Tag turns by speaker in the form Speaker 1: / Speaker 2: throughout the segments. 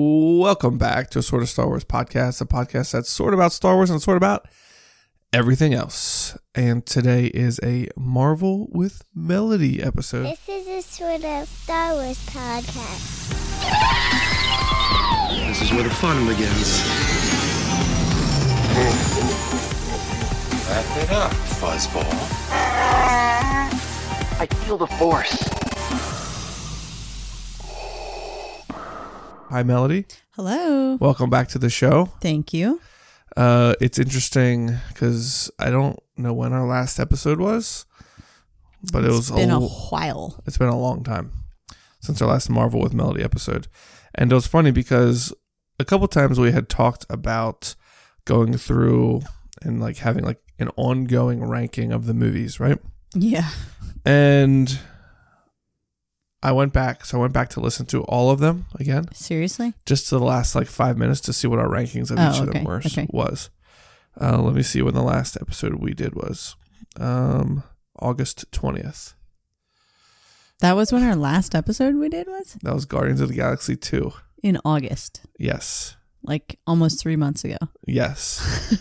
Speaker 1: Welcome back to a sort of Star Wars podcast, a podcast that's sort of about Star Wars and sort of about everything else. And today is a Marvel with Melody episode.
Speaker 2: This is a sort of Star Wars podcast.
Speaker 3: This is where the fun begins. Wrap it up, fuzzball.
Speaker 4: I feel the force.
Speaker 1: Hi, Melody.
Speaker 5: Hello.
Speaker 1: Welcome back to the show.
Speaker 5: Thank you.
Speaker 1: Uh, it's interesting because I don't know when our last episode was, but it was
Speaker 5: It's been a
Speaker 1: l-
Speaker 5: while.
Speaker 1: It's been a long time since our last Marvel with Melody episode. And it was funny because a couple times we had talked about going through and like having like an ongoing ranking of the movies, right?
Speaker 5: Yeah.
Speaker 1: And I went back, so I went back to listen to all of them again,
Speaker 5: Seriously?
Speaker 1: just to the last like five minutes to see what our rankings of
Speaker 5: Oh,
Speaker 1: each of them
Speaker 5: okay,
Speaker 1: were
Speaker 5: okay.
Speaker 1: was. Uh, let me see when the last episode we did was. Um, August twentieth.
Speaker 5: That was when our last episode we did was
Speaker 1: That was Guardians of the Galaxy two.
Speaker 5: in August,
Speaker 1: Yes.
Speaker 5: like almost three months ago.
Speaker 1: Yes.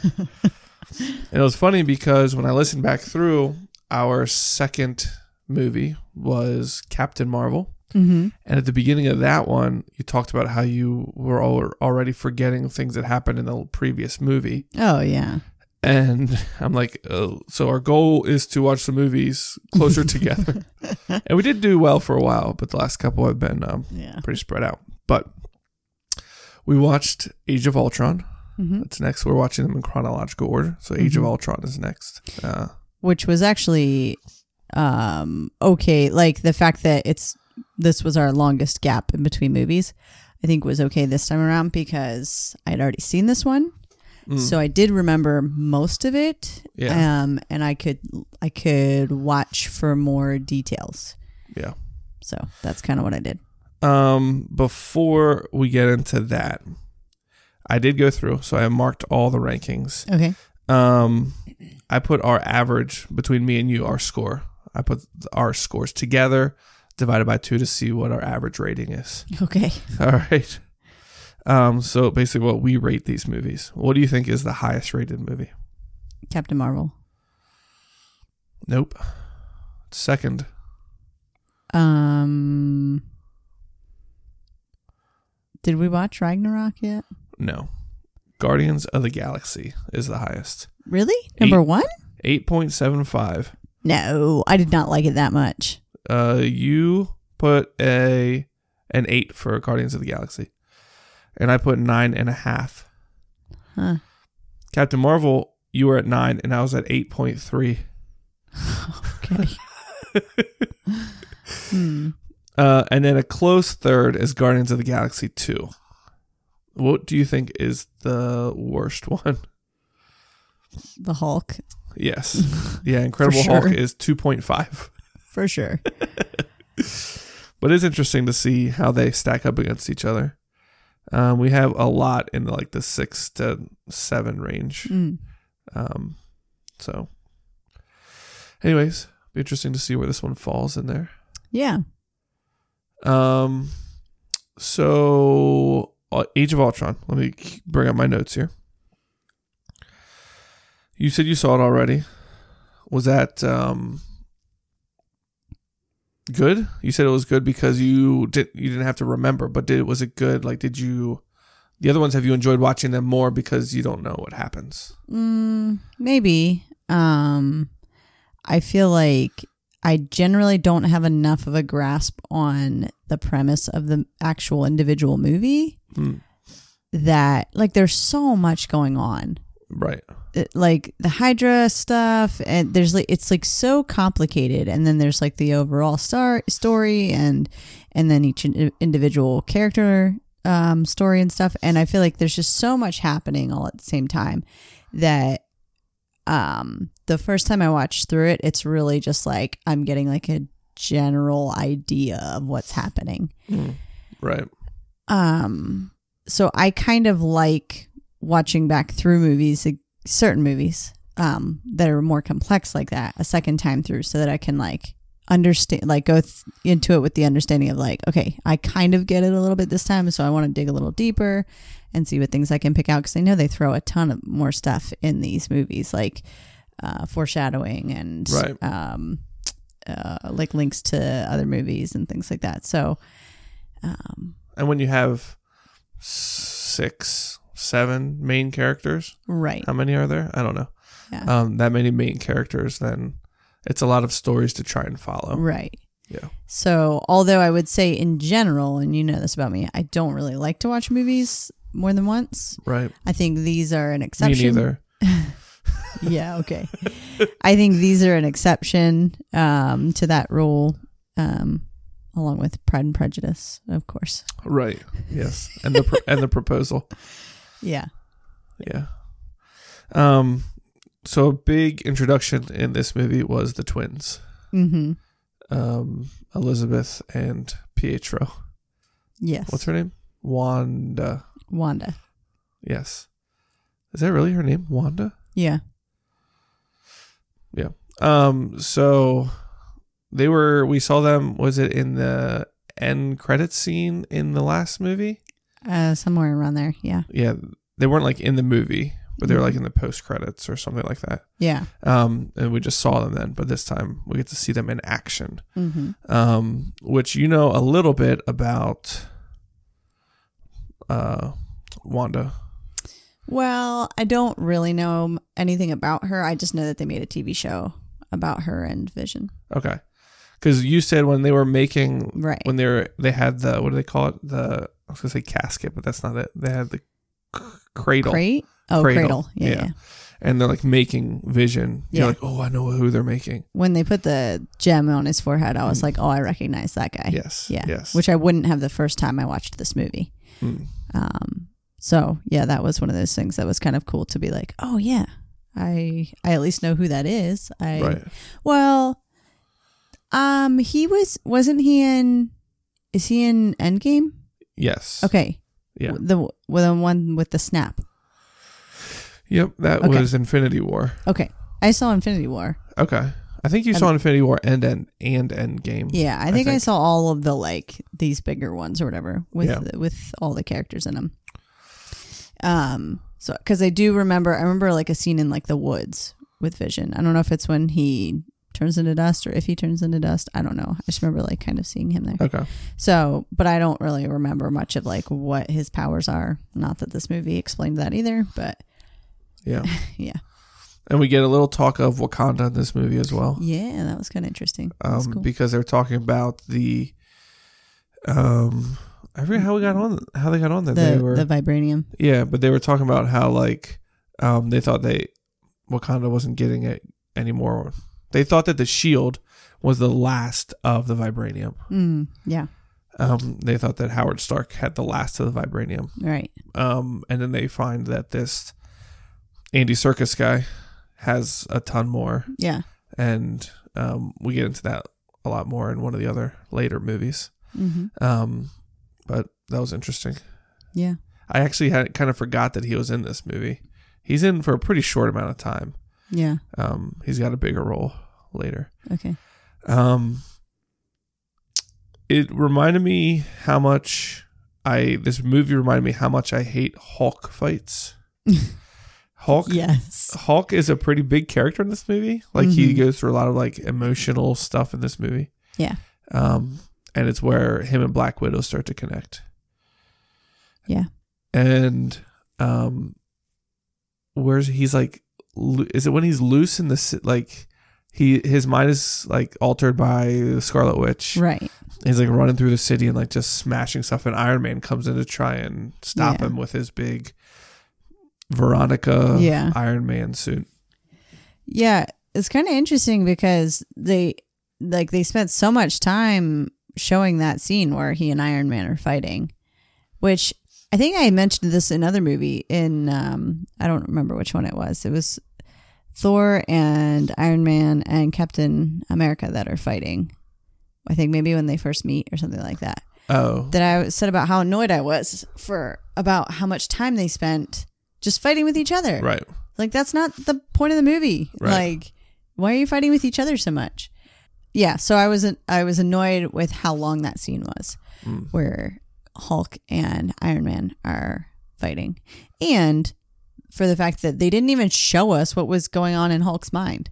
Speaker 1: and it was funny because when I listened back through, our second movie was Captain Marvel.
Speaker 5: Mm-hmm.
Speaker 1: And at the beginning of that one, you talked about how you were al- already forgetting things that happened in the previous movie.
Speaker 5: Oh, yeah.
Speaker 1: And I'm like, oh, so our goal is to watch the movies closer together. And we did do well for a while, but the last couple have been um,
Speaker 5: Yeah.
Speaker 1: pretty spread out. But we watched Age of Ultron.
Speaker 5: Mhm.
Speaker 1: That's next. We're watching them in chronological order. So Age of Ultron is next. Uh,
Speaker 5: Which was actually um okay. Like the fact that it's this was our longest gap in between movies, I think was okay this time around because I had already seen this one. So I did remember most of it,
Speaker 1: Mm. Yeah.
Speaker 5: um, and I could I could watch for more details.
Speaker 1: yeah.
Speaker 5: So that's kind of what I did.
Speaker 1: Um, before we get into that, I did go through. So I marked all the rankings.
Speaker 5: Okay.
Speaker 1: Um, I put our average between me and you, our score. I put our scores together, divided by two to see what our average rating is.
Speaker 5: Okay.
Speaker 1: All right. Um, so basically, what we rate these movies. What do you think is the highest rated movie?
Speaker 5: Captain Marvel.
Speaker 1: Nope. Second.
Speaker 5: Um Did we watch Ragnarok yet?
Speaker 1: No. Guardians of the Galaxy is the highest.
Speaker 5: Really? Number
Speaker 1: Eight.
Speaker 5: 1?
Speaker 1: 8.75.
Speaker 5: No, I did not like it that much.
Speaker 1: Uh you put a an eight for Guardians of the Galaxy. And I put nine and a half.
Speaker 5: Huh.
Speaker 1: Captain Marvel, you were at nine and I was at eight point three.
Speaker 5: Okay. hmm.
Speaker 1: Uh and then a close third is Guardians of the Galaxy two. What do you think is the worst one?
Speaker 5: The Hulk
Speaker 1: Yes. Yeah, Incredible
Speaker 5: sure.
Speaker 1: Hulk is two point five.
Speaker 5: for sure.
Speaker 1: but it's interesting to see how they stack up against each other. Um, we have a lot in like the six to seven range.
Speaker 5: Mm.
Speaker 1: Um, so, anyways, be interesting to see where this one falls in there.
Speaker 5: Yeah.
Speaker 1: Um, so uh, Age of Ultron. Let me k- bring up my notes here. You said you saw it already. Was that um good? You said it was good because you did you didn't have to remember, but did was it good? Like, did you? The other ones, have you enjoyed watching them more because you don't know what happens?
Speaker 5: Mm, maybe. Um, I feel like I generally don't have enough of a grasp on the premise of the actual individual movie.
Speaker 1: Hmm.
Speaker 5: That like there's so much going on,
Speaker 1: Right.
Speaker 5: It- uh, like the Hydra stuff, and there's like it's like so complicated, and then there's like the overall star story, and and then each in- individual character um, story and stuff. And I feel like there's just so much happening all at the same time that um the first time I watched through it, it's really just like I'm getting like a general idea of what's happening.
Speaker 1: Right.
Speaker 5: Um so I kind of like watching back through movies like, certain movies um that are more complex like that a second time through so that I can like understand like go th- into it with the understanding of like okay i kind of get it a little bit this time so i want to dig a little deeper and see what things i can pick out because i know they throw a ton of more stuff in these movies like uh, foreshadowing and
Speaker 1: Right.
Speaker 5: um, uh, like links to other movies and things like that so um,
Speaker 1: And when you have s- six, seven main characters,
Speaker 5: right
Speaker 1: how many are there? I don't know.
Speaker 5: Yeah.
Speaker 1: Um, that many main characters, then it's a lot of stories to try and follow.
Speaker 5: right
Speaker 1: Oh. Yeah.
Speaker 5: So, although I would say in general, and you know this about me, I don't really like to watch movies more than once.
Speaker 1: Right.
Speaker 5: I think these are an exception.
Speaker 1: Me neither.
Speaker 5: Yeah, okay. I think these are an exception um, to that rule, um, along with Pride and Prejudice, of course.
Speaker 1: Right. Yes. And the pro- and the proposal.
Speaker 5: Yeah.
Speaker 1: Yeah. Um. So a big introduction in this movie was the twins,
Speaker 5: Mm-hmm.
Speaker 1: um, Elizabeth and Pietro.
Speaker 5: Yes.
Speaker 1: What's her name? Wanda.
Speaker 5: Wanda.
Speaker 1: Yes. Is that really her name? Wanda?
Speaker 5: Yeah.
Speaker 1: Um, so they were we saw them was it in the end credit scene in the last movie?
Speaker 5: Uh, somewhere around there. Yeah.
Speaker 1: Yeah. They weren't like in the movie, but they were like in the post credits or something like that.
Speaker 5: Yeah.
Speaker 1: Um, and we just saw them then, but this time we get to see them in action.
Speaker 5: Mm-hmm.
Speaker 1: Um, which you know a little bit about uh Wanda.
Speaker 5: Well, I don't really know m- anything about her. I just know that they made a TV show about her and Vision.
Speaker 1: Okay. Cause you said when they were making
Speaker 5: Right.
Speaker 1: when they were they had the what do they call it the I was gonna say casket, but that's not it. They had the c- cradle,
Speaker 5: Crate? Oh,
Speaker 1: Cradle.
Speaker 5: cradle. Yeah,
Speaker 1: Yeah.
Speaker 5: yeah.
Speaker 1: and they're like making Vision. You're
Speaker 5: Yeah.
Speaker 1: like, oh, I know who they're making.
Speaker 5: When they put the gem on his forehead, I was like, oh, I recognize that guy.
Speaker 1: Mm. Yes,
Speaker 5: Yeah.
Speaker 1: yes.
Speaker 5: Which I wouldn't have the first time I watched this movie.
Speaker 1: Mm.
Speaker 5: Um, so yeah, that was one of those things that was kind of cool to be like, oh yeah, I I at least know who that is. I
Speaker 1: Right.
Speaker 5: well, um, he was wasn't he in? Is he in Endgame?
Speaker 1: Yes.
Speaker 5: Okay.
Speaker 1: Yeah.
Speaker 5: The well, the one with the snap.
Speaker 1: Yep. That
Speaker 5: Okay.
Speaker 1: was Infinity War.
Speaker 5: Okay. I saw Infinity War.
Speaker 1: Okay. I think you saw Infinity War and and and Endgame.
Speaker 5: Yeah, I think I,
Speaker 1: think.
Speaker 5: saw all of the like these bigger ones or whatever with
Speaker 1: Yeah.
Speaker 5: the- with all the characters in them. Um, so because I do remember, I remember like a scene in like the woods with Vision. I don't know if it's when he turns into dust or if he turns into dust. I don't know. I just remember like kind of seeing him there.
Speaker 1: Okay.
Speaker 5: So, but I don't really remember much of like what his powers are. Not that this movie explained that either, but
Speaker 1: Yeah.
Speaker 5: yeah,
Speaker 1: and we get a little talk of Wakanda in this movie as well.
Speaker 5: yeah, that was kind of interesting. That
Speaker 1: um,
Speaker 5: was cool.
Speaker 1: because they're talking about the um I forget how we got on how they got on that they
Speaker 5: Mm. the
Speaker 1: were
Speaker 5: the vibranium.
Speaker 1: yeah but they were talking about how like um they thought they Wakanda wasn't getting it anymore they thought that the shield was the last of the vibranium
Speaker 5: Mm, yeah,
Speaker 1: um they thought that Howard Stark had the last of the vibranium
Speaker 5: right.
Speaker 1: um and then they find that this Andy Circus guy has a ton more
Speaker 5: Yeah.
Speaker 1: and um we get into that a lot more in one of the other later movies
Speaker 5: hmm
Speaker 1: Um, but that was interesting.
Speaker 5: Yeah.
Speaker 1: I actually had kind of forgot that he was in this movie. He's in for a pretty short amount of time.
Speaker 5: Yeah.
Speaker 1: Um, he's got a bigger role later.
Speaker 5: Okay.
Speaker 1: Um, it reminded me how much I this movie reminded me how much I hate Hulk fights. Hulk,
Speaker 5: Yes.
Speaker 1: Hulk is a pretty big character in this movie. Like he goes through a lot of like emotional stuff in this movie.
Speaker 5: Mm-hmm. Yeah.
Speaker 1: Um, and it's where him and Black Widow start to connect.
Speaker 5: Yeah.
Speaker 1: And um, where's he's like, lo- is it when he's loose in the ci- like he his mind is like altered by the Scarlet Witch.
Speaker 5: Right.
Speaker 1: He's like running through the city and like just smashing stuff. And Iron Man comes in to try and stop
Speaker 5: Yeah.
Speaker 1: him with his big Veronica
Speaker 5: Yeah.
Speaker 1: Iron Man suit.
Speaker 5: Yeah. It's kind of interesting because they like they spent so much time showing that scene where he and Iron Man are fighting, which I think I mentioned this in another movie in um I don't remember which one it was. It was Thor and Iron Man and Captain America that are fighting. I think maybe when they first meet or something like that.
Speaker 1: Oh,
Speaker 5: that I said about how annoyed I was for about how much time they spent just fighting with each other.
Speaker 1: right.
Speaker 5: Like that's not the point of the movie.
Speaker 1: Right.
Speaker 5: Like why are you fighting with each other so much? yeah, so I was I was annoyed with how long that scene was, where Hulk and Iron Man are fighting, and for the fact that they didn't even show us what was going on in Hulk's mind.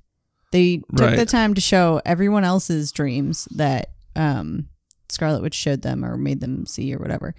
Speaker 5: They took the
Speaker 1: Right.
Speaker 5: time to show everyone else's dreams that um, Scarlet Witch showed them or made them see or whatever.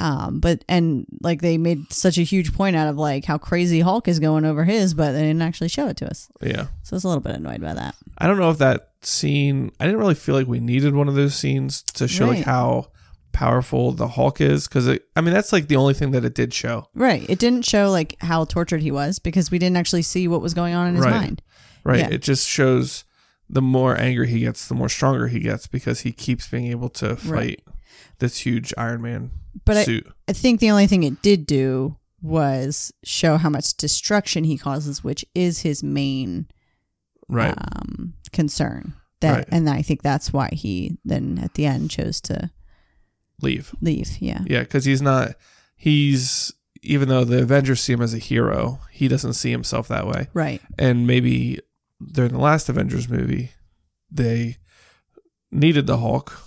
Speaker 5: Um, but and like they made such a huge point out of like how crazy Hulk is going over his, but they didn't actually show it to us.
Speaker 1: Yeah.
Speaker 5: So I was a little bit annoyed by that.
Speaker 1: I don't know if that scene. I didn't really feel like we needed one of those scenes to show
Speaker 5: Right.
Speaker 1: like how powerful the Hulk is because I mean that's like the only thing that it did show.
Speaker 5: Right. It didn't show like how tortured he was because we didn't actually see what was going on in his
Speaker 1: Right.
Speaker 5: mind.
Speaker 1: Right.
Speaker 5: Yeah.
Speaker 1: It just shows the more angry he gets, the more stronger he gets because he keeps being able to fight
Speaker 5: Right.
Speaker 1: this huge Iron Man
Speaker 5: But I-
Speaker 1: suit.
Speaker 5: I think the only thing it did do was show how much destruction he causes, which is his main
Speaker 1: right.
Speaker 5: um, concern. That
Speaker 1: Right.
Speaker 5: and I think that's why he then at the end chose to
Speaker 1: Leave.
Speaker 5: leave. Yeah.
Speaker 1: Yeah, because he's not. He's even though the Avengers see him as a hero, he doesn't see himself that way.
Speaker 5: Right.
Speaker 1: and maybe during the last Avengers movie, they needed the Hulk.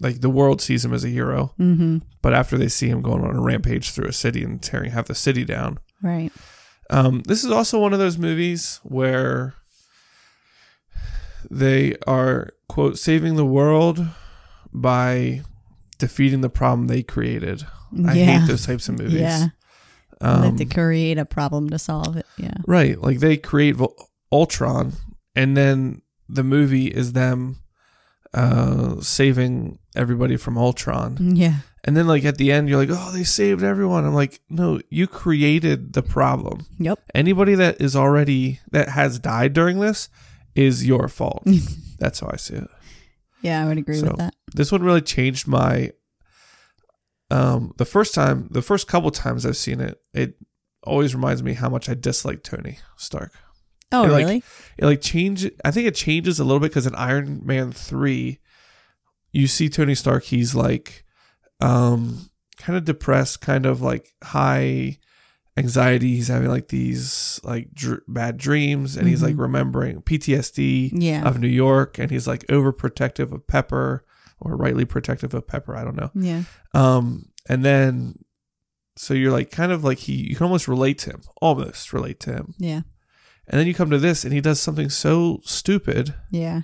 Speaker 1: Like the world sees him as a hero,
Speaker 5: Mm-hmm.
Speaker 1: but after they see him going on a rampage through a city and tearing half the city down,
Speaker 5: Right.
Speaker 1: um, this is also one of those movies where they are quote saving the world by defeating the problem they created. I
Speaker 5: Yeah.
Speaker 1: hate those types of movies.
Speaker 5: Yeah.
Speaker 1: Um,
Speaker 5: Let the create a problem to solve it. Yeah.
Speaker 1: Right. Like they create Vol- Ultron, and then the movie is them uh, saving everybody from Ultron.
Speaker 5: Yeah.
Speaker 1: And then, like, at the end, you're like, oh, they saved everyone. I'm like, no, you created the problem.
Speaker 5: Yep.
Speaker 1: Anybody that is already, that has died during this is your fault. That's how I see it.
Speaker 5: Yeah, I would agree
Speaker 1: So-
Speaker 5: with that.
Speaker 1: This one really changed my. Um, the first time, the first couple times I've seen it, it always reminds me how much I dislike Tony Stark.
Speaker 5: Oh,
Speaker 1: It, like,
Speaker 5: really?
Speaker 1: it like change i think it changes a little bit because in iron man 3 you see tony stark he's like um kind of depressed kind of like high anxiety he's having like these like dr- bad dreams and he's like remembering ptsd
Speaker 5: Yeah.
Speaker 1: of new york and he's like overprotective of pepper or rightly protective of pepper i don't know
Speaker 5: Yeah.
Speaker 1: um and then so you're like kind of like he you can almost relate to him almost relate to him
Speaker 5: Yeah.
Speaker 1: and then you come to this and he does something so stupid
Speaker 5: Yeah.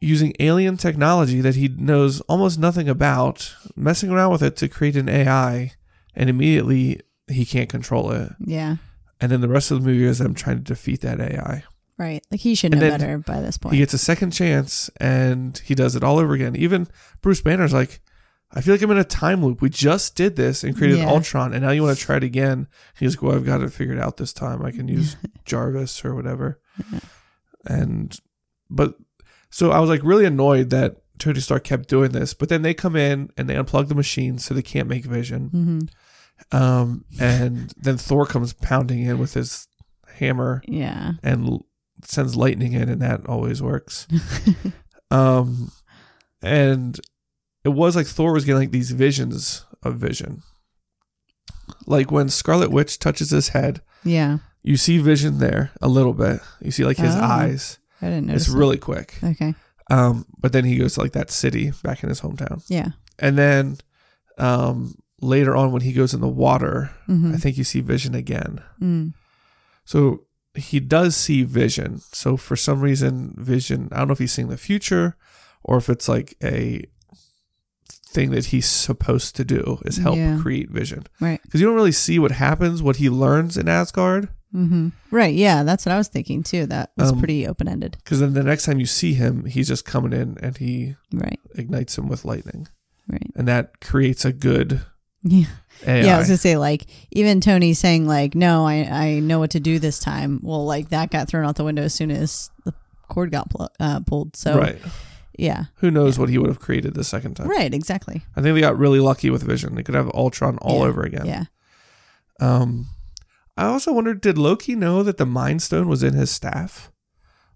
Speaker 1: using alien technology that he knows almost nothing about, messing around with it to create an AI, and immediately he can't control it.
Speaker 5: Yeah.
Speaker 1: And then the rest of the movie is them trying to defeat that AI.
Speaker 5: Right. Like he should know
Speaker 1: And then
Speaker 5: better by this point.
Speaker 1: He gets a second chance and he does it all over again. Even Bruce Banner's like, I feel like I'm in a time loop. We just did this and created
Speaker 5: Yeah.
Speaker 1: Ultron, and now you want to try it again. He's like, Well, I've got it figured out this time. I can use Jarvis or whatever. And, but, so I was like really annoyed that Tony Stark kept doing this. But then they come in and they unplug the machine so they can't make vision.
Speaker 5: mm-hmm.
Speaker 1: Um, and then Thor comes pounding in with his hammer
Speaker 5: Yeah.
Speaker 1: and l- sends lightning in, and that always works. um, and it was like Thor was getting like these visions of vision, like when Scarlet Witch touches his head.
Speaker 5: Yeah.
Speaker 1: You see vision there a little bit. You see like his
Speaker 5: Oh,
Speaker 1: eyes.
Speaker 5: I didn't notice.
Speaker 1: It's
Speaker 5: that.
Speaker 1: really quick.
Speaker 5: Okay.
Speaker 1: Um, but then he goes to like that city back in his hometown,
Speaker 5: Yeah.
Speaker 1: and then um, later on when he goes in the water,
Speaker 5: Mm-hmm.
Speaker 1: I think you see vision again.
Speaker 5: Mm.
Speaker 1: So he does see vision. So for some reason, vision, I don't know if he's seeing the future or if it's like a thing that he's supposed to do is help
Speaker 5: Yeah.
Speaker 1: create vision.
Speaker 5: Right.
Speaker 1: Because you don't really see what happens, what he learns in Asgard.
Speaker 5: Mm-hmm. Right. Yeah. That's what I was thinking too. That was
Speaker 1: Um,
Speaker 5: pretty open ended.
Speaker 1: Because then the next time you see him, he's just coming in and he
Speaker 5: Right.
Speaker 1: ignites him with lightning.
Speaker 5: Right.
Speaker 1: And that creates a good
Speaker 5: Yeah.
Speaker 1: AI.
Speaker 5: Yeah. I was gonna say like even Tony saying like no I I know what to do this time. Well like that got thrown out the window as soon as the cord got pl- uh, pulled. So
Speaker 1: right.
Speaker 5: yeah.
Speaker 1: Who knows what he would have created the second time?
Speaker 5: Right. Exactly.
Speaker 1: I think they got really lucky with Vision. They could have Ultron all
Speaker 5: Yeah.
Speaker 1: over again.
Speaker 5: Yeah.
Speaker 1: Um, I also wondered, did Loki know that the Mind Stone was in his staff,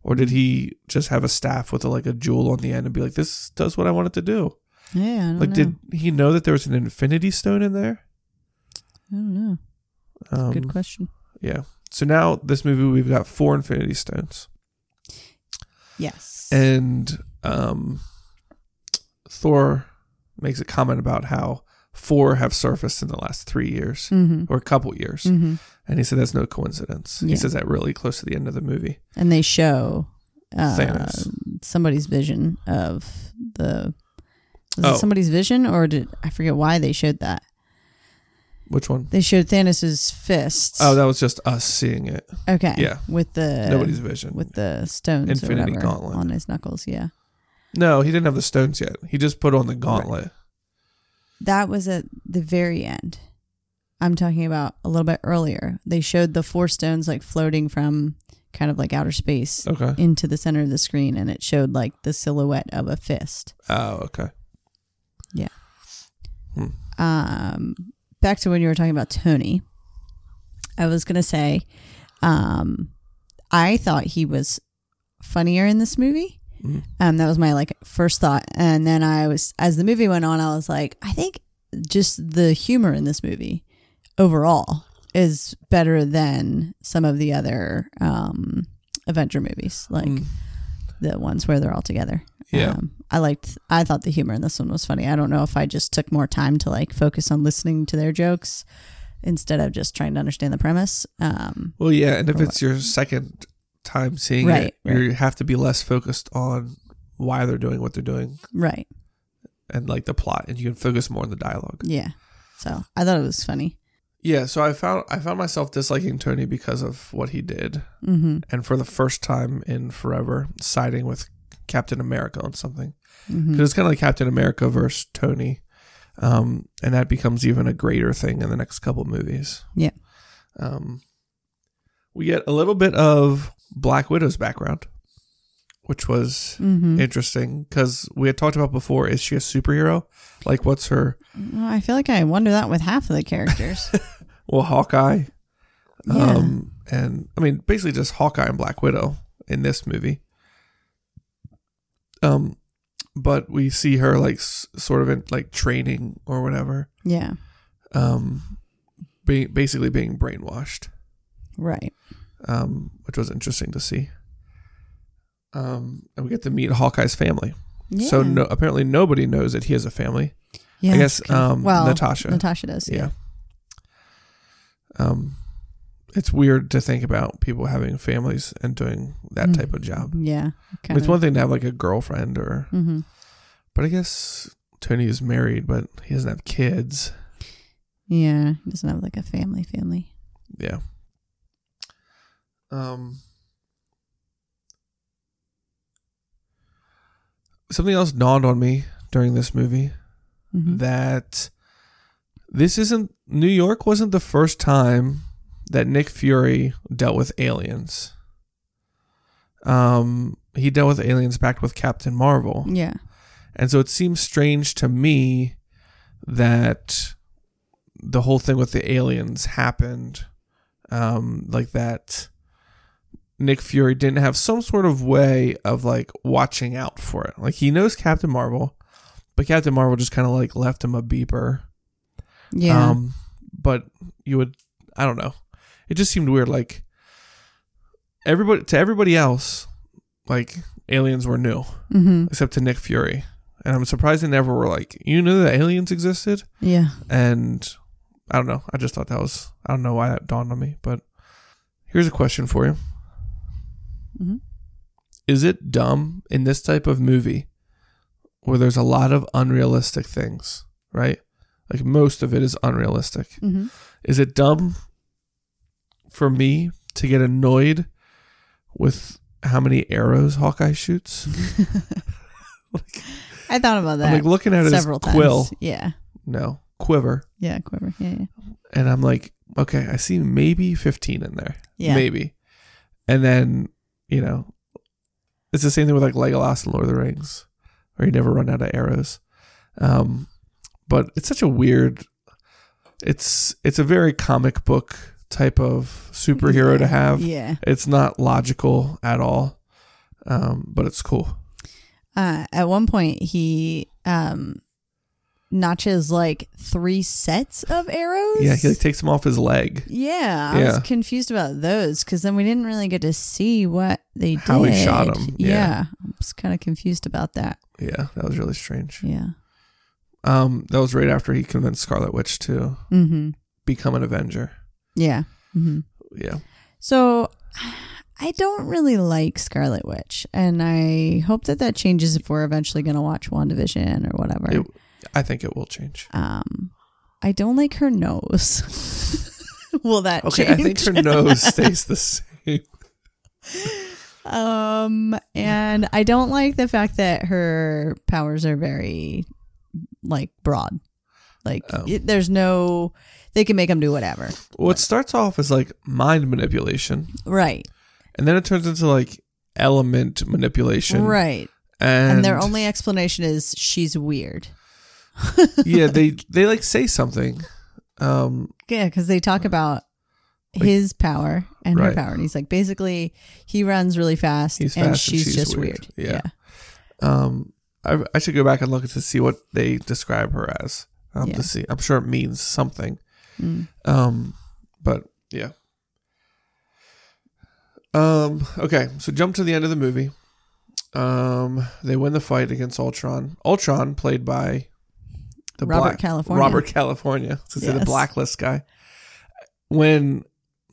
Speaker 1: or did he just have a staff with like a jewel on the end and be like, "This does what I want it to do"?
Speaker 5: Yeah. I don't
Speaker 1: Like,
Speaker 5: know.
Speaker 1: did he know that there was an Infinity Stone in there?
Speaker 5: I don't know.
Speaker 1: Um,
Speaker 5: Good question.
Speaker 1: Yeah. So now this movie, we've got four Infinity Stones.
Speaker 5: Yes.
Speaker 1: and um, Thor makes a comment about how four have surfaced in the last three years
Speaker 5: hmm
Speaker 1: or a couple years,
Speaker 5: hmm
Speaker 1: and he said that's no coincidence. He
Speaker 5: Yeah.
Speaker 1: says that really close to the end of the movie.
Speaker 5: And they show uh,
Speaker 1: Thanos.
Speaker 5: somebody's vision of the. Was
Speaker 1: Oh.
Speaker 5: it somebody's vision, or did I forget why they showed that?
Speaker 1: Which one?
Speaker 5: They showed Thanos's fists.
Speaker 1: Oh, that was just us seeing it.
Speaker 5: okay.
Speaker 1: yeah.
Speaker 5: with the
Speaker 1: Nobody's vision.
Speaker 5: with the stones
Speaker 1: Infinity
Speaker 5: or whatever
Speaker 1: Gauntlet.
Speaker 5: on his knuckles. Yeah,
Speaker 1: no, he didn't have the stones yet. He just put on the gauntlet.
Speaker 5: that was at the very end. I'm talking about a little bit earlier. They showed the four stones like floating from kind of like outer space
Speaker 1: Okay.
Speaker 5: into the center of the screen, and it showed like the silhouette of a fist.
Speaker 1: Oh, okay.
Speaker 5: um, back to when you were talking about Tony, I was gonna say, um, I thought he was funnier in this movie.
Speaker 1: Mhm.
Speaker 5: Um, that was my like first thought, and then I was as the movie went on, I was like, I think just the humor in this movie overall is better than some of the other um, Avenger movies, like
Speaker 1: Mm.
Speaker 5: the ones where they're all together.
Speaker 1: Yeah.
Speaker 5: Um, I liked, I thought the humor in this one was funny. I don't know if I just took more time to like focus on listening to their jokes instead of just trying to understand the premise. Um,
Speaker 1: Well, yeah, and if
Speaker 5: Or
Speaker 1: it's your second time seeing
Speaker 5: Right,
Speaker 1: it, you have to be less focused on why they're doing what they're doing
Speaker 5: right.
Speaker 1: and like the plot, and you can focus more on the dialogue.
Speaker 5: Yeah. So I thought it was funny.
Speaker 1: Yeah, so I found I found myself disliking Tony because of what he did,
Speaker 5: Mm-hmm.
Speaker 1: and for the first time in forever, siding with Captain America on something.
Speaker 5: hmm
Speaker 1: 'Cause it's kind of like Captain America versus Tony, um, and that becomes even a greater thing in the next couple movies.
Speaker 5: Yeah.
Speaker 1: Um, we get a little bit of Black Widow's background, which was
Speaker 5: hmm
Speaker 1: interesting because we had talked about before. Is she a superhero? Like, what's her?
Speaker 5: Well, I feel like I wonder that with half of the characters.
Speaker 1: Well, Hawkeye,
Speaker 5: yeah.
Speaker 1: um, and I mean, basically just Hawkeye and Black Widow in this movie. Um, but we see her like s- sort of in like training or whatever.
Speaker 5: yeah.
Speaker 1: Um, being basically being brainwashed.
Speaker 5: Right.
Speaker 1: um, which was interesting to see. Um, and we get to meet Hawkeye's family.
Speaker 5: Yeah.
Speaker 1: So no, apparently nobody knows that he has a family.
Speaker 5: Yeah,
Speaker 1: I guess
Speaker 5: it's kind of-
Speaker 1: um, Natasha.
Speaker 5: Natasha does.
Speaker 1: yeah. Um, it's weird to think about people having families and doing that
Speaker 5: Mm.
Speaker 1: type of job.
Speaker 5: Yeah.
Speaker 1: I mean,
Speaker 5: Kind
Speaker 1: it's one thing to have like a girlfriend or,
Speaker 5: hmm
Speaker 1: but I guess Tony is married, but he doesn't have kids.
Speaker 5: Yeah. He doesn't have like a family family.
Speaker 1: Yeah. Um. Something else dawned on me during this movie
Speaker 5: Mhm.
Speaker 1: that this isn't New York wasn't the first time that Nick Fury dealt with aliens. Um, he dealt with aliens back with Captain Marvel.
Speaker 5: Yeah.
Speaker 1: And so it seems strange to me that the whole thing with the aliens happened um, like that. Nick Fury didn't have some sort of way of like watching out for it. Like he knows Captain Marvel, but Captain Marvel just kind of like left him a beeper.
Speaker 5: Yeah.
Speaker 1: Um, but you would, I don't know. It just seemed weird. Like everybody to everybody else, like aliens were new
Speaker 5: mm-hmm.
Speaker 1: except to Nick Fury. And I'm surprised they never were like, you knew that aliens existed?
Speaker 5: Yeah.
Speaker 1: And I don't know. I just thought that was, I don't know why that dawned on me. But here's a question for you
Speaker 5: Mhm.
Speaker 1: Is it dumb in this type of movie where there's a lot of unrealistic things, right? Like most of it is unrealistic.
Speaker 5: Mm-hmm.
Speaker 1: Is it dumb for me to get annoyed with how many arrows Hawkeye shoots?
Speaker 5: I thought about that
Speaker 1: I'm like looking at it as
Speaker 5: several
Speaker 1: quill.
Speaker 5: times. Yeah.
Speaker 1: No, quiver.
Speaker 5: Yeah. Quiver. Yeah. Yeah.
Speaker 1: And I'm like, okay, I see maybe 15 in there.
Speaker 5: Yeah.
Speaker 1: Maybe. And then, you know, it's the same thing with like Legolas and Lord of the Rings, where you never run out of arrows. Um, but it's such a weird. It's it's a very comic book type of superhero to have.
Speaker 5: Yeah.
Speaker 1: It's not logical at all, um, but it's cool.
Speaker 5: Uh, at one point, he um, notches like three sets of arrows.
Speaker 1: Yeah, he like takes him off his leg.
Speaker 5: Yeah, I
Speaker 1: Yeah.
Speaker 5: was confused about those because then we didn't really get to see what they did.
Speaker 1: How he shot him, yeah.
Speaker 5: Yeah. I was kind of confused about that.
Speaker 1: Yeah, that was really strange.
Speaker 5: Yeah.
Speaker 1: Um, that was right after he convinced Scarlet Witch to
Speaker 5: Mm-hmm.
Speaker 1: become an Avenger.
Speaker 5: Yeah. hmm
Speaker 1: Yeah,
Speaker 5: So I don't really like Scarlet Witch, and I hope that that changes if we're eventually going to watch WandaVision or whatever.
Speaker 1: it, I think it will change.
Speaker 5: um, I don't like her nose. Will that
Speaker 1: Okay, I
Speaker 5: change?
Speaker 1: think her nose stays the same.
Speaker 5: Um, and I don't like the fact that her powers are very like broad. Like
Speaker 1: Oh.
Speaker 5: it, there's no they can make them do whatever.
Speaker 1: Well, it starts off as like mind manipulation,
Speaker 5: Right.
Speaker 1: and then it turns into like element manipulation.
Speaker 5: Right.
Speaker 1: and,
Speaker 5: And, their only explanation is she's weird.
Speaker 1: yeah, they they like say something. Um,
Speaker 5: Yeah, cuz they talk about his power and
Speaker 1: Right.
Speaker 5: her power and he's like basically he runs really fast
Speaker 1: He's
Speaker 5: and
Speaker 1: fast and
Speaker 5: she's,
Speaker 1: she's
Speaker 5: just
Speaker 1: weird.
Speaker 5: weird.
Speaker 1: Yeah. um, I, I should go back and look to see what they describe her as. Um,
Speaker 5: Yeah.
Speaker 1: to see, I'm sure it means something.
Speaker 5: Mm.
Speaker 1: Um, but yeah. Um. Okay. So jump to the end of the movie. Um. They win the fight against Ultron. Ultron, played by the
Speaker 5: Robert
Speaker 1: black,
Speaker 5: California.
Speaker 1: Robert California. So say the
Speaker 5: Yes.
Speaker 1: blacklist guy. When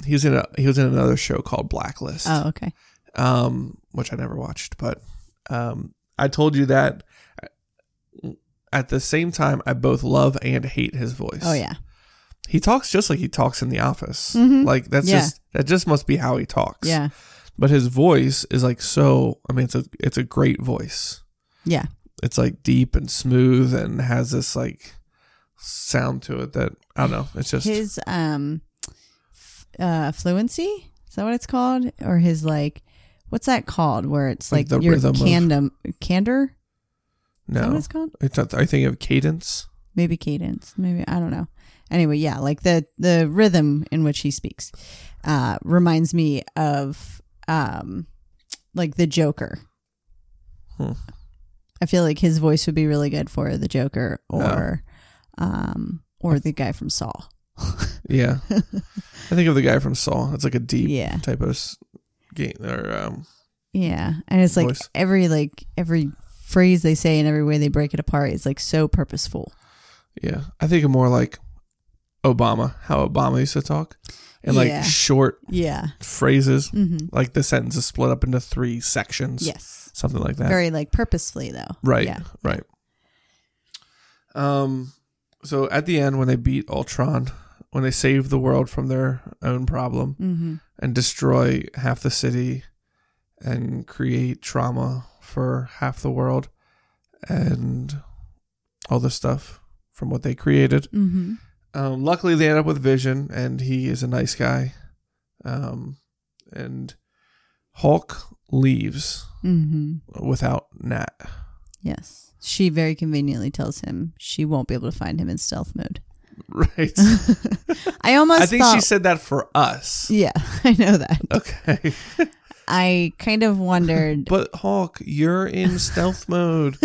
Speaker 1: he was in a he was in another show called Blacklist
Speaker 5: Oh, okay.
Speaker 1: um, which I never watched, but um, I told you that at the same time, I both love and hate his voice.
Speaker 5: Oh yeah.
Speaker 1: He talks just like he talks in the office.
Speaker 5: Mhm.
Speaker 1: Like that's
Speaker 5: Yeah.
Speaker 1: just that just must be how he talks.
Speaker 5: Yeah.
Speaker 1: But his voice is like so I mean it's a it's a great voice.
Speaker 5: Yeah.
Speaker 1: It's like deep and smooth and has this like sound to it that I don't know. It's just
Speaker 5: his um f- uh fluency is that what it's called or his like what's that called where it's
Speaker 1: Like
Speaker 5: like,
Speaker 1: the
Speaker 5: your
Speaker 1: rhythm of-
Speaker 5: candom candor is that what
Speaker 1: no.
Speaker 5: it's called
Speaker 1: It's not, I think of cadence.
Speaker 5: maybe cadence maybe i don't know anyway yeah like the the rhythm in which he speaks uh reminds me of um like the joker
Speaker 1: Hmm.
Speaker 5: i feel like his voice would be really good for the joker or um or the guy from saw
Speaker 1: Yeah, I think of the guy from Saw. It's like a deep
Speaker 5: Yeah.
Speaker 1: type of s- game or um,
Speaker 5: Yeah, and it's like
Speaker 1: Voice.
Speaker 5: every like every phrase they say and every way they break it apart is like so purposeful.
Speaker 1: yeah. I think of more like Obama, how Obama used to talk, and like
Speaker 5: Yeah.
Speaker 1: short
Speaker 5: Yeah.
Speaker 1: phrases.
Speaker 5: Mm-hmm.
Speaker 1: Like the sentence is split up into three sections.
Speaker 5: Yes.
Speaker 1: something like that.
Speaker 5: Very like purposefully though.
Speaker 1: right,
Speaker 5: Yeah.
Speaker 1: right. Um, so at the end when they beat Ultron, when they save the world from their own problem,
Speaker 5: Mm-hmm.
Speaker 1: and destroy half the city and create trauma for half the world and all this stuff from what they created.
Speaker 5: Mm-hmm.
Speaker 1: Um, luckily, they end up with Vision, and he is a nice guy. Um, and Hulk leaves
Speaker 5: Mm-hmm.
Speaker 1: without Nat.
Speaker 5: Yes. She very conveniently tells him she won't be able to find him in stealth mode.
Speaker 1: Right.
Speaker 5: I almost
Speaker 1: I think
Speaker 5: thought,
Speaker 1: she said that for us.
Speaker 5: Yeah, I know that.
Speaker 1: Okay.
Speaker 5: I kind of wondered
Speaker 1: But Hawk, you're in stealth mode.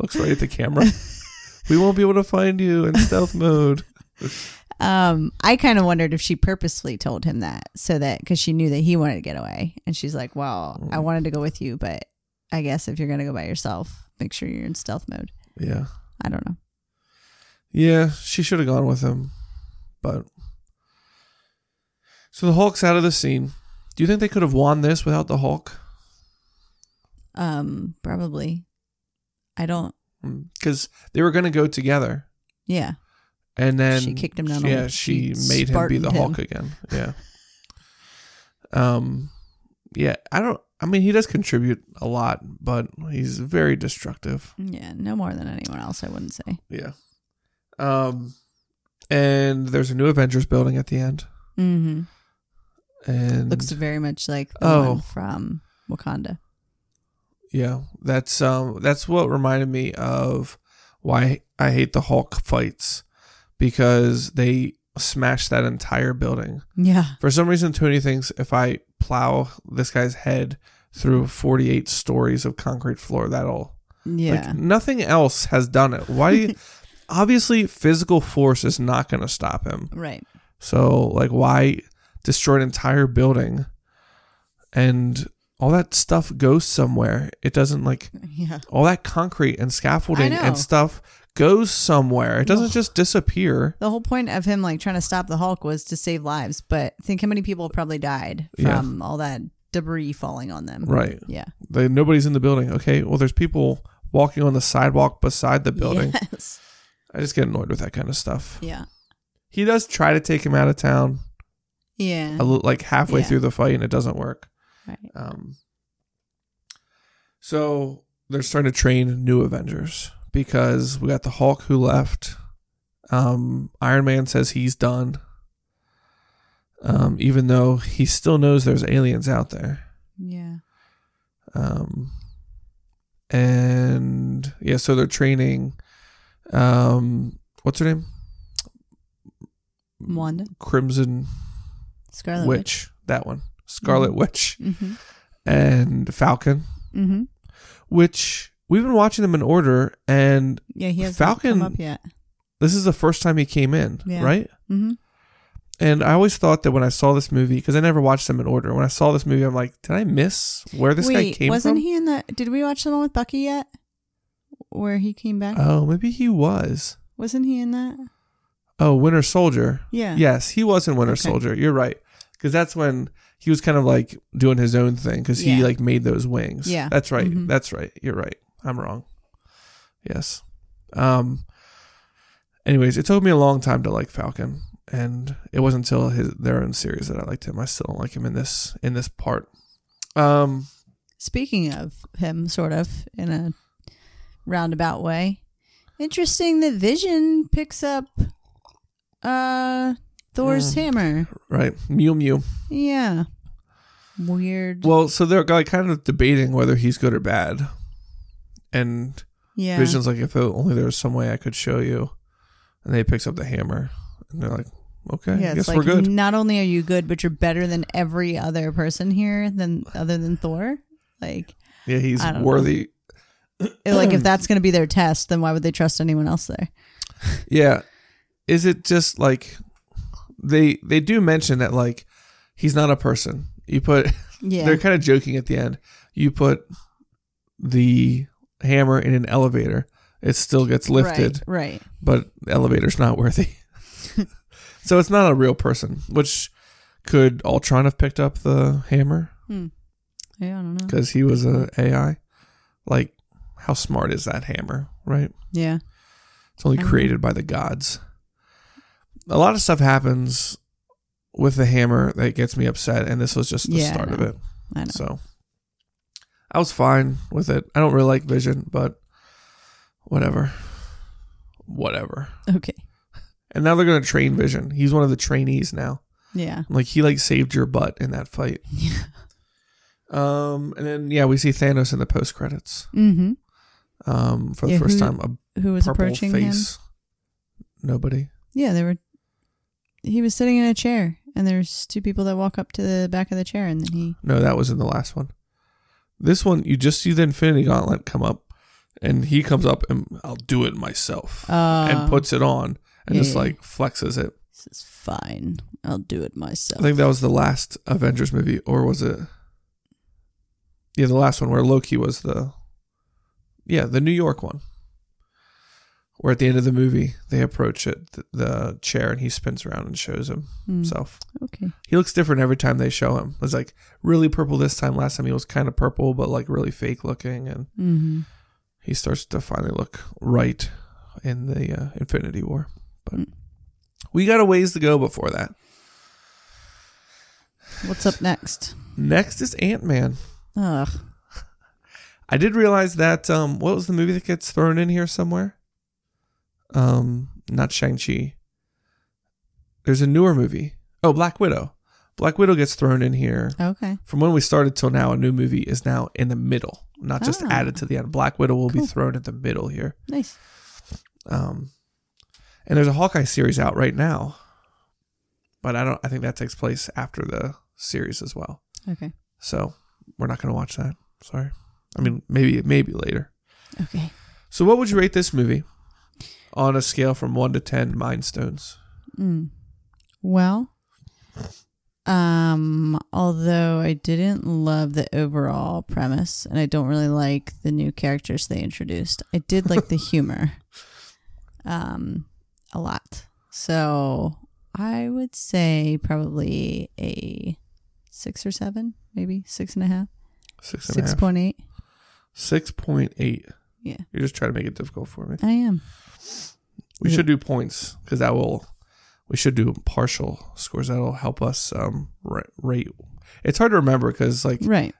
Speaker 1: Looks right at the camera. We won't be able to find you in stealth mode.
Speaker 5: um I kind of wondered if she purposefully told him that so that cuz she knew that he wanted to get away and she's like, "Well, I wanted to go with you, but I guess if you're going to go by yourself, make sure you're in stealth mode."
Speaker 1: Yeah.
Speaker 5: I don't know.
Speaker 1: Yeah, she should have gone with him. But So the Hulk's out of the scene. Do you think they could have won this without the Hulk?
Speaker 5: Um probably. I don't
Speaker 1: Cuz Mm, they were going to go together.
Speaker 5: yeah.
Speaker 1: And then
Speaker 5: She kicked him down a-
Speaker 1: Yeah, she,
Speaker 5: she
Speaker 1: made him be
Speaker 5: Spartaned
Speaker 1: the
Speaker 5: him.
Speaker 1: Hulk again. Yeah. um yeah, I don't I mean he does contribute a lot, but he's very destructive.
Speaker 5: Yeah, no more than anyone else I wouldn't say.
Speaker 1: Yeah. Um and there's a new Avengers building at the end.
Speaker 5: Mm-hmm.
Speaker 1: And
Speaker 5: Looks very much like the
Speaker 1: Oh.
Speaker 5: one from Wakanda.
Speaker 1: yeah, that's um that's what reminded me of why I hate the Hulk fights because they smash that entire building.
Speaker 5: Yeah.
Speaker 1: For some reason Tony thinks if I plow this guy's head through 48 stories of concrete floor that'll
Speaker 5: Yeah.
Speaker 1: Like, nothing else has done it. Why? obviously physical force is not going to stop him.
Speaker 5: Right.
Speaker 1: So like why destroy an entire building and all that stuff goes somewhere. It doesn't like
Speaker 5: Yeah.
Speaker 1: all that concrete and scaffolding
Speaker 5: know.
Speaker 1: and stuff goes somewhere. It doesn't just disappear.
Speaker 5: The whole point of him like trying to stop the Hulk was to save lives, but think how many people probably died
Speaker 1: Yeah.
Speaker 5: from all that debris falling on them.
Speaker 1: Right.
Speaker 5: Yeah.
Speaker 1: They, nobody's in the building. Okay. Well, there's people walking on the sidewalk beside the building.
Speaker 5: Yes.
Speaker 1: I just get annoyed with that kind of stuff.
Speaker 5: Yeah.
Speaker 1: He does try to take him out of town
Speaker 5: Yeah.
Speaker 1: a li- like halfway
Speaker 5: Yeah.
Speaker 1: through the fight and it doesn't work.
Speaker 5: Right.
Speaker 1: Um, so they're starting to train new Avengers because we got the Hulk who left. Um, Iron Man says he's done, um, even though he still knows there's aliens out there.
Speaker 5: Yeah.
Speaker 1: Um, and yeah, so they're training. Um, what's her name?
Speaker 5: Wanda.
Speaker 1: Crimson
Speaker 5: Scarlet
Speaker 1: Witch.
Speaker 5: Witch.
Speaker 1: That one. Scarlet Witch
Speaker 5: Mm-hmm.
Speaker 1: and Falcon,
Speaker 5: Mm-hmm.
Speaker 1: which we've been watching them in order, and
Speaker 5: Yeah. He hasn't
Speaker 1: Falcon-
Speaker 5: come up yet.
Speaker 1: this is the first time he came in,
Speaker 5: Yeah.
Speaker 1: right?
Speaker 5: Mm-hmm.
Speaker 1: And I always thought that when I saw this movie, because I never watched them in order, when I saw this movie, I'm like, did I miss where this
Speaker 5: Wait,
Speaker 1: guy came
Speaker 5: wasn't
Speaker 1: from?
Speaker 5: he in the? Did we watch the one with Bucky yet? Where he came back?
Speaker 1: oh, maybe he was.
Speaker 5: wasn't he in that?
Speaker 1: Oh, Winter Soldier.
Speaker 5: Yeah.
Speaker 1: Yes, he was in Winter
Speaker 5: Okay.
Speaker 1: Soldier. You're right. Because that's when he was kind of like doing his own thing because he
Speaker 5: Yeah.
Speaker 1: like made those wings.
Speaker 5: Yeah.
Speaker 1: That's right.
Speaker 5: Mhm.
Speaker 1: That's right. You're right. I'm wrong. Yes. Um. Anyways, it took me a long time to like Falcon, and it wasn't until his their own series that I liked him. I still don't like him in this in this part. Um.
Speaker 5: Speaking of him, sort of in a roundabout way. Interesting that Vision picks up uh
Speaker 1: Mm.
Speaker 5: Thor's hammer.
Speaker 1: Right. Mew Mew.
Speaker 5: Yeah. Weird.
Speaker 1: Well, so they're like kind of debating whether he's good or bad, and
Speaker 5: yeah.
Speaker 1: Vision's like, if only there was some way I could show you. And then he picks up the hammer, and they're like, okay,
Speaker 5: yeah,
Speaker 1: I
Speaker 5: it's
Speaker 1: guess
Speaker 5: like
Speaker 1: we're good.
Speaker 5: not only are you good, but you're better than every other person here than other than Thor. Like
Speaker 1: yeah, he's
Speaker 5: I don't know.
Speaker 1: worthy.
Speaker 5: like
Speaker 1: Hmm.
Speaker 5: if that's going to be their test, then why would they trust anyone else there?
Speaker 1: Yeah, is it just like they they do mention that like he's not a person. You put
Speaker 5: Yeah.
Speaker 1: they're kind of joking at the end. You put the hammer in an elevator, it still gets lifted,
Speaker 5: Right. right.
Speaker 1: but the elevator's not worthy. so it's not a real person, which could Ultron have picked up the hammer?
Speaker 5: Yeah, I don't know.
Speaker 1: because he was a AI. Like, how smart is that hammer, right?
Speaker 5: Yeah.
Speaker 1: It's only
Speaker 5: I know.
Speaker 1: created by the gods. A lot of stuff happens with the hammer that gets me upset, and this was just the
Speaker 5: Yeah, I
Speaker 1: start of
Speaker 5: know.
Speaker 1: it.
Speaker 5: I know.
Speaker 1: So, I was fine with it. I don't really like Vision, but whatever, whatever.
Speaker 5: Okay.
Speaker 1: And now they're gonna train Vision. He's one of the trainees now.
Speaker 5: Yeah.
Speaker 1: Like he like saved your butt in that fight.
Speaker 5: Yeah.
Speaker 1: Um, and then yeah, we see Thanos in the post credits.
Speaker 5: Mm-hmm.
Speaker 1: um, for the
Speaker 5: Yeah,
Speaker 1: first
Speaker 5: who
Speaker 1: time a
Speaker 5: Who was
Speaker 1: purple
Speaker 5: approaching him?
Speaker 1: face. Nobody.
Speaker 5: Yeah, they were. He was sitting in a chair, and there's two people that walk up to the back of the chair, and then he.
Speaker 1: No, that was in the last one. This one, you just see the Infinity Gauntlet come up, and he comes up and I'll do it myself,
Speaker 5: Uh,
Speaker 1: and puts it on and
Speaker 5: yeah,
Speaker 1: just
Speaker 5: yeah.
Speaker 1: like flexes it.
Speaker 5: This is fine. I'll do it myself.
Speaker 1: I think that was the last Avengers movie, or was it? Yeah, the last one where Loki was the. Yeah, the New York one. Where at the end of the movie they approach it, the, the chair, and he spins around and shows him
Speaker 5: Hmm.
Speaker 1: himself.
Speaker 5: Okay.
Speaker 1: He looks different every time they show him. It's like really purple this time. Last time he was kind of purple, but like really fake looking. And
Speaker 5: Mm-hmm.
Speaker 1: he starts to finally look right in the uh, Infinity War. But we got a ways to go before that.
Speaker 5: What's up next?
Speaker 1: Next is Ant Man.
Speaker 5: Ugh.
Speaker 1: I did realize that um, what was the movie that gets thrown in here somewhere? Um, not Shang Chi. There's a newer movie. Oh, Black Widow. Black Widow gets thrown in here.
Speaker 5: Okay.
Speaker 1: from when we started till now, a new movie is now in the middle, not just
Speaker 5: Ah.
Speaker 1: added to the end. Black Widow will be
Speaker 5: Cool.
Speaker 1: thrown at the middle here.
Speaker 5: Nice.
Speaker 1: Um, and there's a Hawkeye series out right now, but I don't. I think that takes place after the series as well.
Speaker 5: Okay.
Speaker 1: So we're not going to watch that. Sorry. I mean, maybe maybe later.
Speaker 5: Okay.
Speaker 1: So what would you rate this movie on a scale from one to ten mind stones?
Speaker 5: Mm. Well, um, although I didn't love the overall premise, and I don't really like the new characters they introduced, I did like the humor, um, a lot. So I would say probably a six or seven, maybe six and a half,
Speaker 1: Six and a
Speaker 5: six
Speaker 1: half.
Speaker 5: point eight.
Speaker 1: Six point eight.
Speaker 5: Yeah.
Speaker 1: You're just trying to make it difficult for me.
Speaker 5: I am.
Speaker 1: We
Speaker 5: Yeah.
Speaker 1: should do points because that will. We should do partial scores. That'll help us um, ra- rate. It's hard to remember because like,
Speaker 5: Right.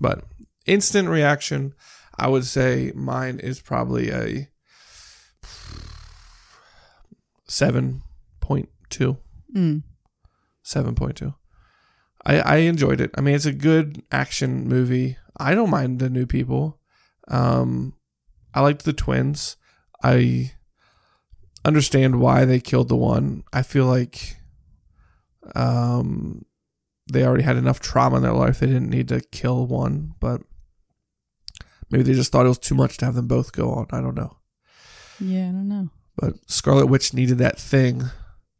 Speaker 1: but instant reaction. I would say mine is probably a seven point two.
Speaker 5: Mm.
Speaker 1: Seven point two. I I enjoyed it. I mean, it's a good action movie. I don't mind the new people. Um, I liked the twins. I understand why they killed the one. I feel like, um, they already had enough trauma in their life. They didn't need to kill one, but maybe they just thought it was too much to have them both go on. I don't know.
Speaker 5: Yeah, I don't know.
Speaker 1: But Scarlet Witch needed that thing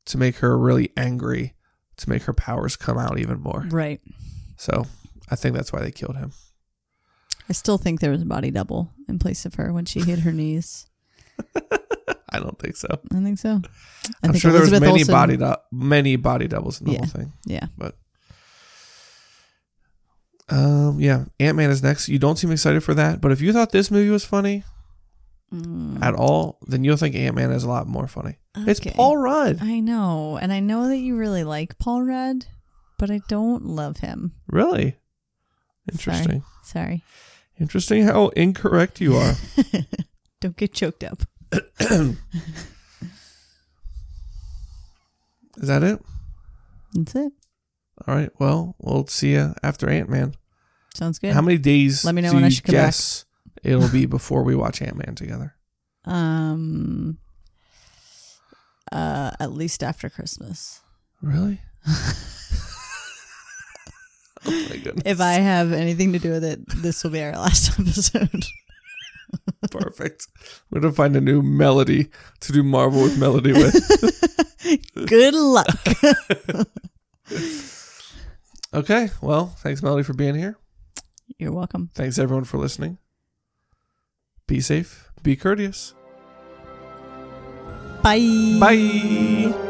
Speaker 1: to make her really angry, to make her powers come out even more.
Speaker 5: Right.
Speaker 1: So I think that's why they killed him.
Speaker 5: I still think there was a body double in place of her when she hit her knees.
Speaker 1: I don't think so.
Speaker 5: I think so. I
Speaker 1: I'm
Speaker 5: think
Speaker 1: sure
Speaker 5: Elizabeth
Speaker 1: there was many
Speaker 5: Olsen-
Speaker 1: body do- many body doubles in the
Speaker 5: Yeah.
Speaker 1: whole thing.
Speaker 5: Yeah.
Speaker 1: But um, yeah, Ant Man is next. You don't seem excited for that, but if you thought this movie was funny
Speaker 5: Mm,
Speaker 1: at all, then you'll think Ant Man is a lot more funny. It's
Speaker 5: okay.
Speaker 1: Paul Rudd.
Speaker 5: I know, and I know that you really like Paul Rudd, but I don't love him.
Speaker 1: Really interesting.
Speaker 5: Sorry,
Speaker 1: Interesting how incorrect you are.
Speaker 5: don't get choked up.
Speaker 1: is that it?
Speaker 5: That's it.
Speaker 1: All right. Well, we'll see you after Ant Man.
Speaker 5: Sounds good.
Speaker 1: How many days?
Speaker 5: Let me know
Speaker 1: do
Speaker 5: when I
Speaker 1: you
Speaker 5: should come back.
Speaker 1: guess It'll be before we watch Ant Man together.
Speaker 5: um, uh, at least after Christmas,
Speaker 1: Really? oh my goodness.
Speaker 5: if I have anything to do with it, this will be our last episode.
Speaker 1: Perfect. We're gonna find a new melody to do Marvel with melody with.
Speaker 5: good luck.
Speaker 1: okay. Well, thanks Melody for being here.
Speaker 5: You're welcome.
Speaker 1: Thanks everyone for listening. Be safe. Be courteous.
Speaker 5: Bye.
Speaker 1: Bye.